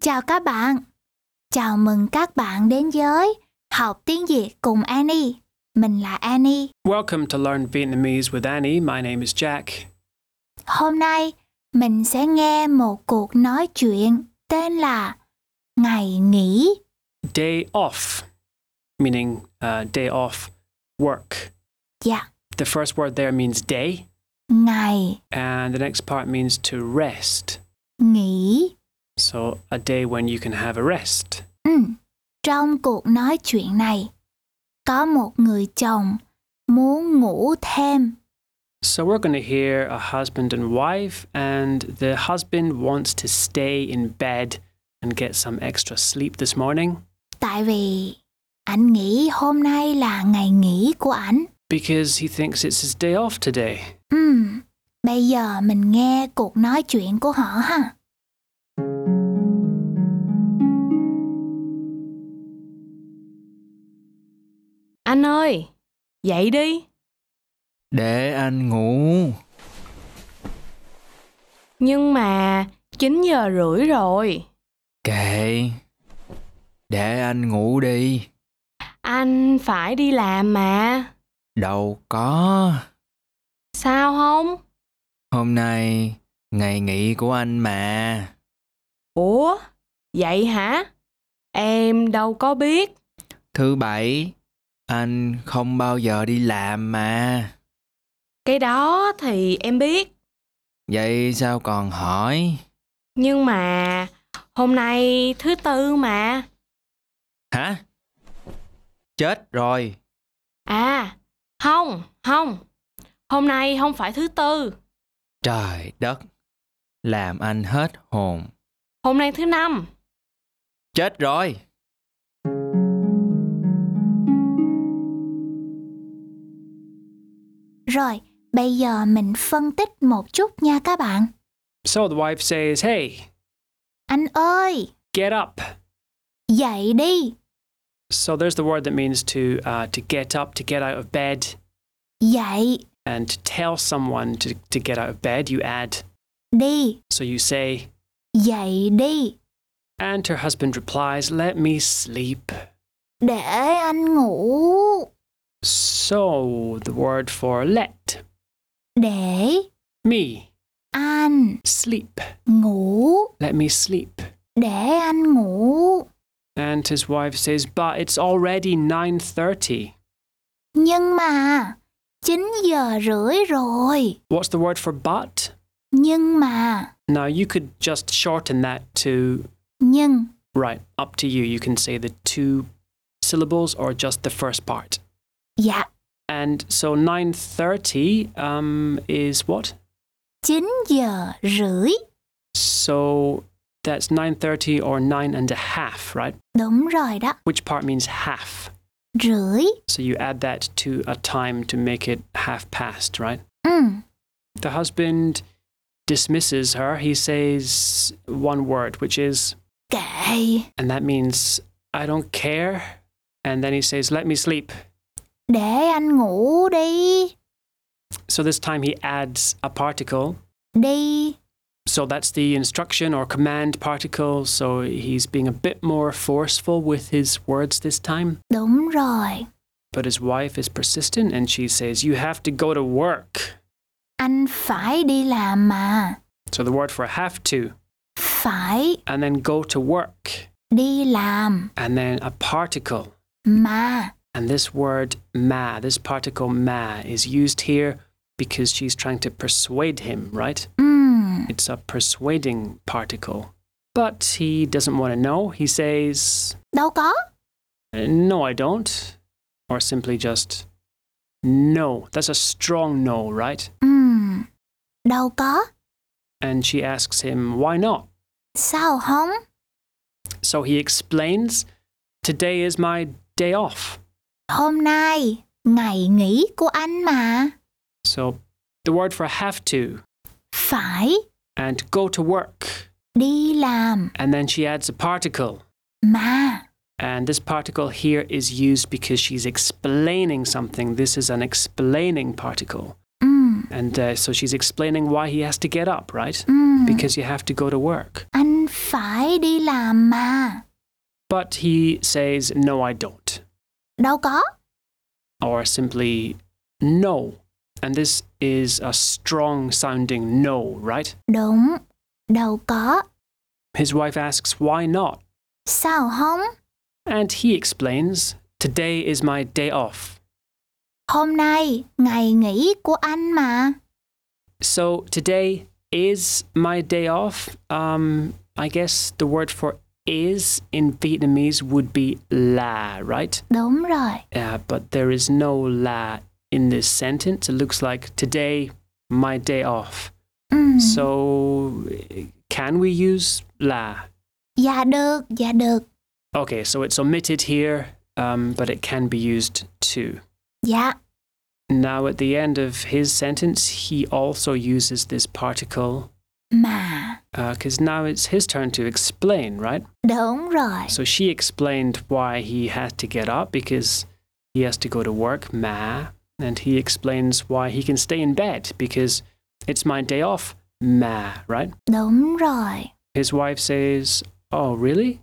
Chào các bạn. Chào mừng các bạn đến với học tiếng Việt cùng Annie. Mình là Annie. Welcome to Learn Vietnamese with Annie. My name is Jack. Hôm nay mình sẽ nghe một cuộc nói chuyện tên là Ngày nghỉ. Day off, meaning uh, day off work. Yeah, The first word there means day, Dạ, ngày and the next part means to rest. nghỉ. So, a day when you can have a rest. Ừ. Trong cuộc nói chuyện này có một người chồng muốn ngủ thêm. So, we're going to hear a husband and wife, and the husband wants to stay in bed and get some extra sleep this morning tại vì ảnh nghĩ hôm nay là ngày nghỉ của ảnh. because he thinks it's his day off today. Ừm, bây giờ mình nghe cuộc nói chuyện của họ ha. Anh ơi, dậy đi. Để anh ngủ. Nhưng mà 9 giờ rưỡi rồi. Kệ. Để anh ngủ đi. Anh phải đi làm mà. Đâu có. Sao không? Hôm nay ngày nghỉ của anh mà. Ủa, vậy hả? Em đâu có biết. Thứ bảy anh không bao giờ đi làm mà. Cái đó thì em biết. Vậy sao còn hỏi? Nhưng mà hôm nay thứ tư mà. Hả? Chết rồi. À, không, không. Hôm nay không phải thứ tư. Trời đất. Làm anh hết hồn. Hôm nay thứ năm. Chết rồi. Rồi, bây giờ mình phân tích một chút nha các bạn. So, the wife says, Hey, Anh ơi, get up. dậy đi, So there's the word that means to uh, to get up, to get out of bed, dậy and to tell someone to, to get out of bed. You add, đi, so you say, dậy đi, and her husband replies, "Let me sleep." để anh ngủ, So the word for let để me anh sleep. ngủ, Let me sleep. để anh ngủ. And his wife says, "But it's already nine thirty. Nhưng mà 9 giờ rưỡi rồi. What's the word for but? Nhưng mà Now you could just shorten that to nhưng right. Up to you. You can say the two syllables or just the first part. dạ And so 9:30 um, is what? 9 giờ rưỡi. So that's 9:30 or nine and a half, right? Đúng rồi đó, Which part means half? rưỡi. So you add that to a time to make it half past, right? Ừ, The husband dismisses her. He says one word, which is, kệ, and that means I don't care. And then he says, "Let me sleep." để anh ngủ đi. So this time he adds a particle Đi, So that's the instruction or command particle. So he's being a bit more forceful with his words this time. đúng rồi. But his wife is persistent and she says, You have to go to work. Anh phải đi làm mà. So the word for have to, Phải and then go to work, đi làm and then a particle. mà. And this word ma, this particle ma, is used here because she's trying to persuade him, right? Ừ, It's a persuading particle. But he doesn't want to know. He says, đâu có. Uh, no, I don't. Or simply just no. That's a strong no, right? Ừ, đâu có. And she asks him, why not? Sao không? So he explains, today is my day off. Hôm nay ngày nghỉ của anh mà. So the word for have to Phải and go to work. đi làm And then she adds a particle. mà. And this particle here is used because she's explaining something. This is an explaining particle. Ừ, And uh, Mm-hmm. so she's explaining why he has to get up, right? ừ. Because you have to go to work. Anh phải phải đi làm mà. But he says, No, I don't. Đâu có. Or simply, No. And this is a strong sounding no, right? Đúng, đâu có. His wife asks, Why not? Sao không? And he explains, Today is my day off. Hôm nay ngày nghỉ của anh mà. So today is my day off. Um, I guess the word for is in Vietnamese would be la, right? Đúng rồi. Uh, but there is no la in this sentence. It looks like today, my day off. Ừ. So uh, can we use la? Dạ được, dạ được. Okay, so it's omitted here, um, but it can be used too. Dạ, Now, at the end of his sentence, he also uses this particle mà. because now it's his turn to explain, right? Đúng rồi. So she explained why he had to get up because he has to go to work, ma, and he explains why he can stay in bed because it's my day off, ma, right? Đúng rồi. His wife says, "Oh, really?"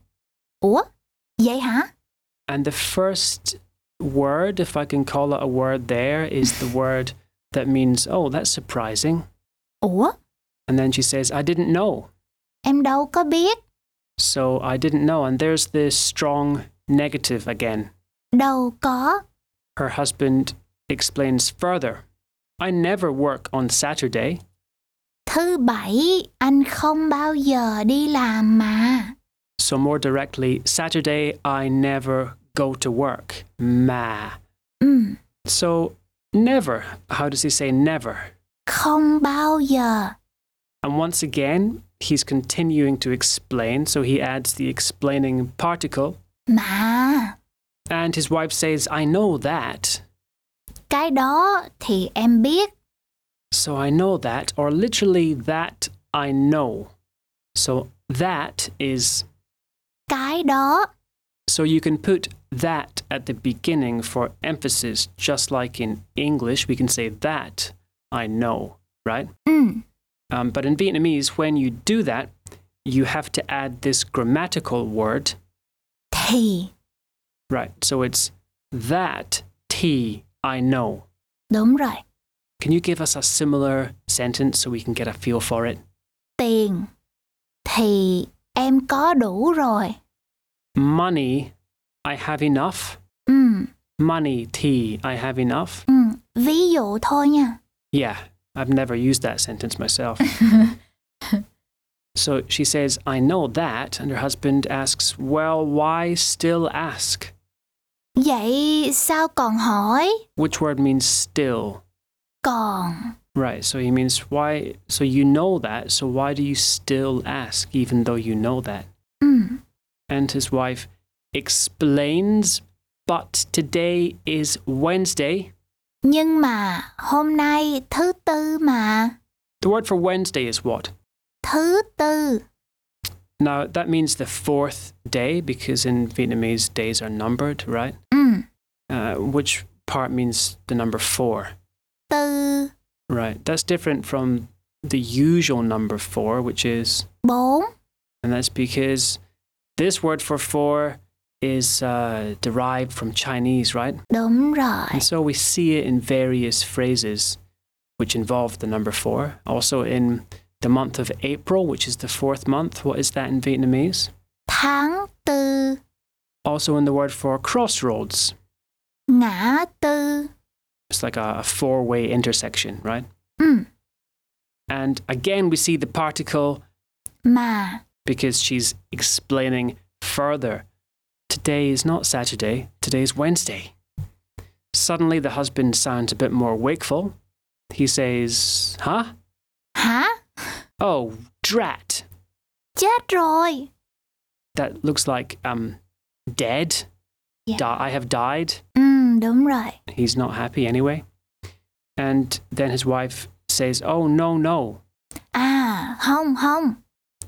Ủa? Vậy hả? And the first word, if I can call it a word there, is the word that means, oh, that's surprising. Ủa? And then she says, I didn't know. Em đâu có biết. So I didn't know. And there's this strong negative again. Đâu có. Her husband explains further I never work on Saturday. Thứ bảy anh không bao giờ đi làm mà. So, more directly, Saturday, I never go to work. Ma. Ừ, So, never. How does he say never? không bao giờ. And once again, he's continuing to explain, so he adds the explaining particle. Mà, And his wife says, I know that. cái đó thì em biết. So I know that, or literally, that I know. So that is. Cái đó, So you can put that at the beginning for emphasis, just like in English, we can say that I know, right? ừ, Um, but in Vietnamese, when you do that, you have to add this grammatical word thì. Right. So it's that tea I know. Đúng rồi, Can you give us a similar sentence so we can get a feel for it? tiền. Thì em có đủ rồi. Money, I have enough. Ừ, Money, tea, I have enough. ừ, ví dụ thôi nha. Yeah, I've never used that sentence myself. so she says, I know that. And her husband asks, Well, why still ask? Vậy sao còn hỏi? Which word means still? Còn. Right. So he means, Why? So you know that. So why do you still ask, even though you know that? Ừ, and his wife explains, but today is Wednesday. nhưng mà hôm nay thứ tư mà. The word for Wednesday is what? Thứ tư. Now, that means the fourth day because in Vietnamese, days are numbered, right? Ừ, Uh, which part means the number four, tư, right? That's different from the usual number four, which is, bốn. and that's because this word for four is uh, derived from Chinese, right? Đúng rồi. And so we see it in various phrases which involve the number four. Also in the month of April, which is the fourth month. What is that in Vietnamese? Tháng tư, Also in the word for crossroads. ngã tư. It's like a, a four way intersection, right? Ừ, And again, we see the particle mà. because she's explaining further. Today is not Saturday, today is Wednesday. Suddenly, the husband sounds a bit more wakeful. He says, Huh? Hả? Oh, drat. Chết rồi. that looks like um dead. Yeah. Di- I have died. Ừ, đúng rồi. He's not happy anyway. And then his wife says, "Oh no, no. À, không, không.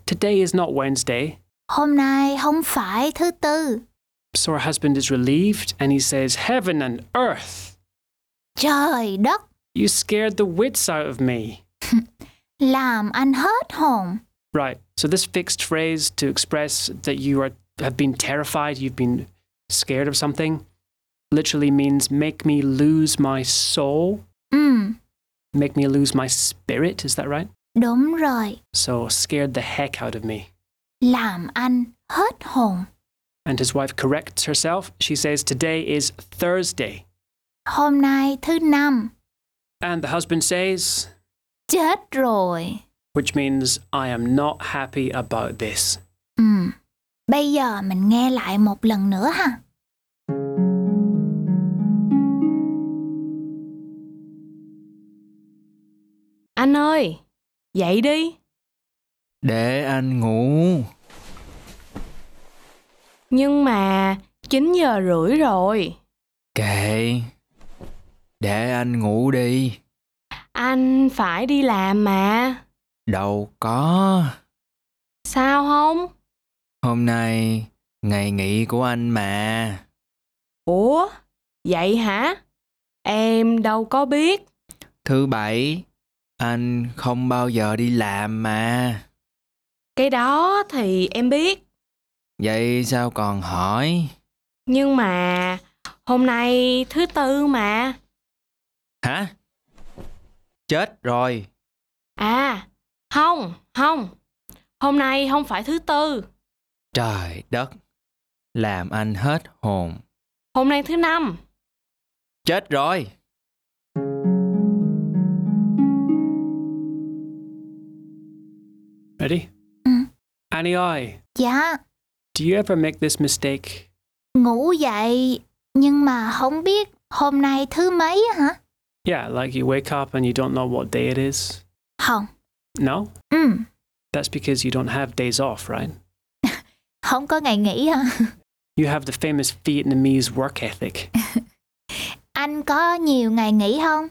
Today is not Wednesday." Hôm nay không phải thứ tư. So her husband is relieved and he says, "Heaven and earth. Trời đất, You scared the wits out of me." làm anh hết hồn. Right. So this fixed phrase to express that you are have been terrified, you've been scared of something, literally means make me lose my soul, Ừ, make me lose my spirit, is that right? đúng rồi, So scared the heck out of me. làm anh hết hồn. And his wife corrects herself. She says today is Thursday. Hôm nay thứ năm, And the husband says, chết rồi. which means I am not happy about this. Ừ, bây giờ mình nghe lại một lần nữa ha. Anh ơi, dậy đi. để anh ngủ Nhưng mà 9 giờ rưỡi rồi. kệ để anh ngủ đi Anh phải đi làm mà. đâu có Sao không? hôm nay ngày nghỉ của anh mà Ủa, vậy hả? Em đâu có biết. thứ bảy anh không bao giờ đi làm mà Cái đó thì em biết. vậy sao còn hỏi Nhưng mà hôm nay thứ tư mà. hả chết rồi À, không, không. Hôm nay không phải thứ tư. trời đất làm anh hết hồn Hôm nay thứ năm. chết rồi Ready? Mm. Annie I, Dạ, do you ever make this mistake? ngủ dậy nhưng mà không biết hôm nay thứ mấy hả? Yeah, like you wake up and you don't know what day it is. Không. No? Ừ, That's because you don't have days off, right? không có ngày nghỉ hả? You have the famous Vietnamese work ethic. Anh có nhiều ngày nghỉ không?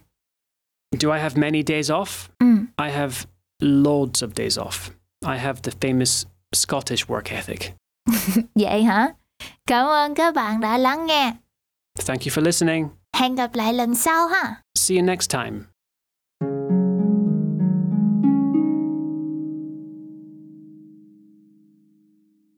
Do I have many days off? Ừ, I have loads of days off. I have the famous Scottish work ethic. vậy hả? Cảm ơn các bạn đã lắng nghe. Thank you for listening. Hẹn gặp lại lần sau ha. See you next time.